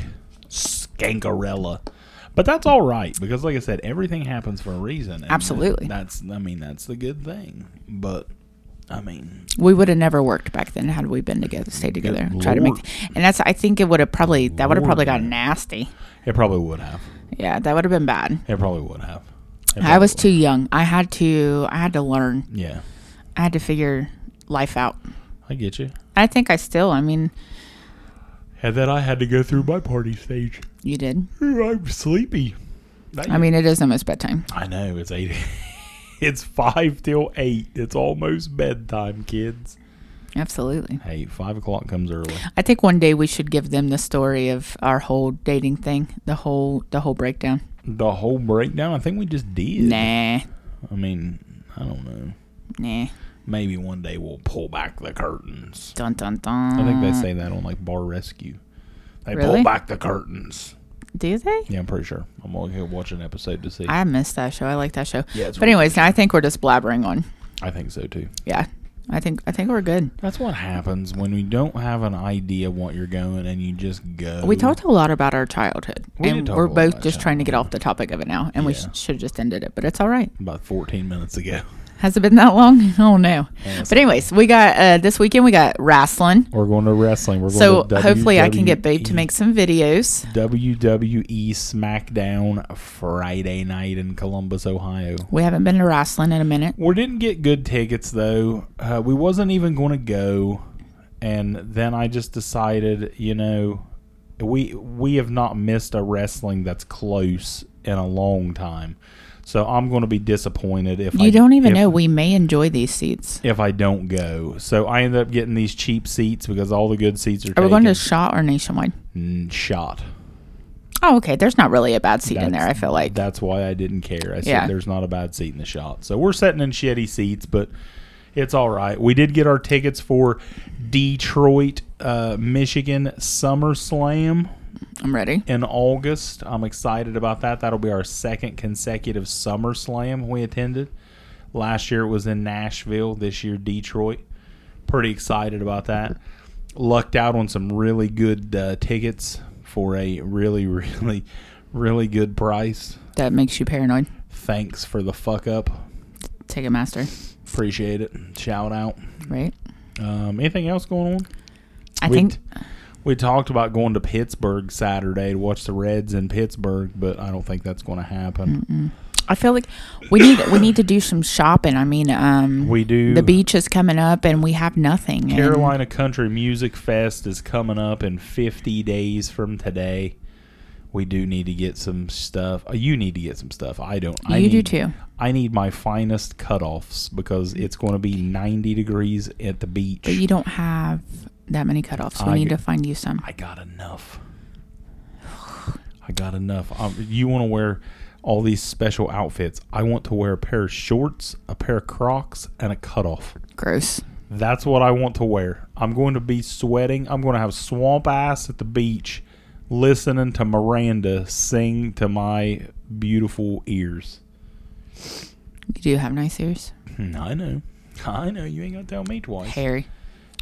skankarella. But that's all right because, like I said, everything happens for a reason. and Absolutely. that's I mean that's the good thing. But I mean, We would have never worked back then had we been together, stayed together, Good try to make. Lord. And that's I think it would have probably that would have probably Lord. gotten nasty. it probably would have. Yeah, that would have been bad. It probably would have. It I was probably too young. I had to I had to learn. would. Yeah, I had to figure life out. I get you. I think I still. I mean, And then I had to go through my party stage. you did. I'm sleepy. I mean, it is almost bedtime. I know it's eight. it's five till eight. It's almost bedtime, kids. Absolutely. Hey, five o'clock comes early. I think one day we should give them the story of our whole dating thing, the whole the whole breakdown. The whole breakdown. I think we just did. Nah, I mean, I don't know. nah. Maybe one day we'll pull back the curtains. Dun dun dun. I think they say that on like Bar Rescue. They Mm. Really? pull back the curtains. Do they? Yeah, I'm pretty sure. I'm gonna go watch an episode to see. I, I missed that show. I like that show. Yeah, it's but really anyways, now I think we're just blabbering on. think so too. Yeah, I I think I think we're good. That's what happens when we don't have an idea what you're going and you just go. We talked a lot about our childhood, We did and talk we're a lot both about just trying to get off the topic of it now, and we Yeah. sh- should have just ended it, but it's all right. about 14 minutes ago. Has it been that long? Oh no! Yeah, it's But anyways, we got uh, this weekend. We got wrestling, We're going to wrestling. We're going so to E hopefully I can get WWE Babe to make some videos. WWE E SmackDown Friday night in Columbus, Ohio. We haven't been to wrestling in a minute. We didn't get good tickets though. Uh, we wasn't even going to go, and then I just decided, you know, we we have not missed a wrestling that's close in a long time, so I'm going to be disappointed if I, You don't even if- know. We may enjoy these seats. if I don't go. So I ended up getting these cheap seats because all the good seats are. Are taken. we going to Shaw or Nationwide? Mm, shot? Oh, okay. There's not really a bad seat in there. I That's- feel like That's why I didn't care. I said Yeah. there's not a bad seat in the shot. So we're sitting in shitty seats, but it's all right. We did get our tickets for Detroit, uh, Michigan SummerSlam I'm ready. in August. I'm excited about that. That'll be our second consecutive SummerSlam we attended. Last year it was in Nashville, this year Detroit. Pretty excited about that. Lucked out on some really good uh, tickets for a really, really, really good price. That makes you paranoid. Thanks for the fuck up. Ticketmaster, Appreciate it. Shout out. right? Um, anything else going on? I We- think We talked about going to Pittsburgh Saturday to watch the Reds in Pittsburgh, but I don't think that's going to happen. I feel like we need we need to do some shopping. I mean, um, We do. the beach is coming up, and we have nothing. and- Carolina Country Music Fest is coming up in 50 days from today. We do need to get some stuff. Uh, You need to get some stuff. I don't. I You do need- too. I need my finest cutoffs because it's going to be 90 degrees at the beach. but you don't have that many cutoffs. We I need get- to find you some. I got enough. I got enough. Um, you want to wear all these special outfits. I want to wear a pair of shorts, a pair of Crocs, and a cutoff. Gross. That's what I want to wear. I'm going to be sweating. I'm going to have swamp ass at the beach listening to Miranda sing to my beautiful ears. You do have nice ears, Hmm, I know. I know. You ain't going to tell me twice. Harry.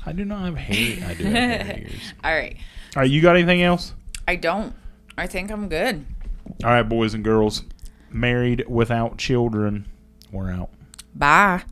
I do not have hair. I do have hairy ears. All right, All right. You got anything else? I don't. I think I'm good. All right, boys and girls. Married without children. We're out. Bye.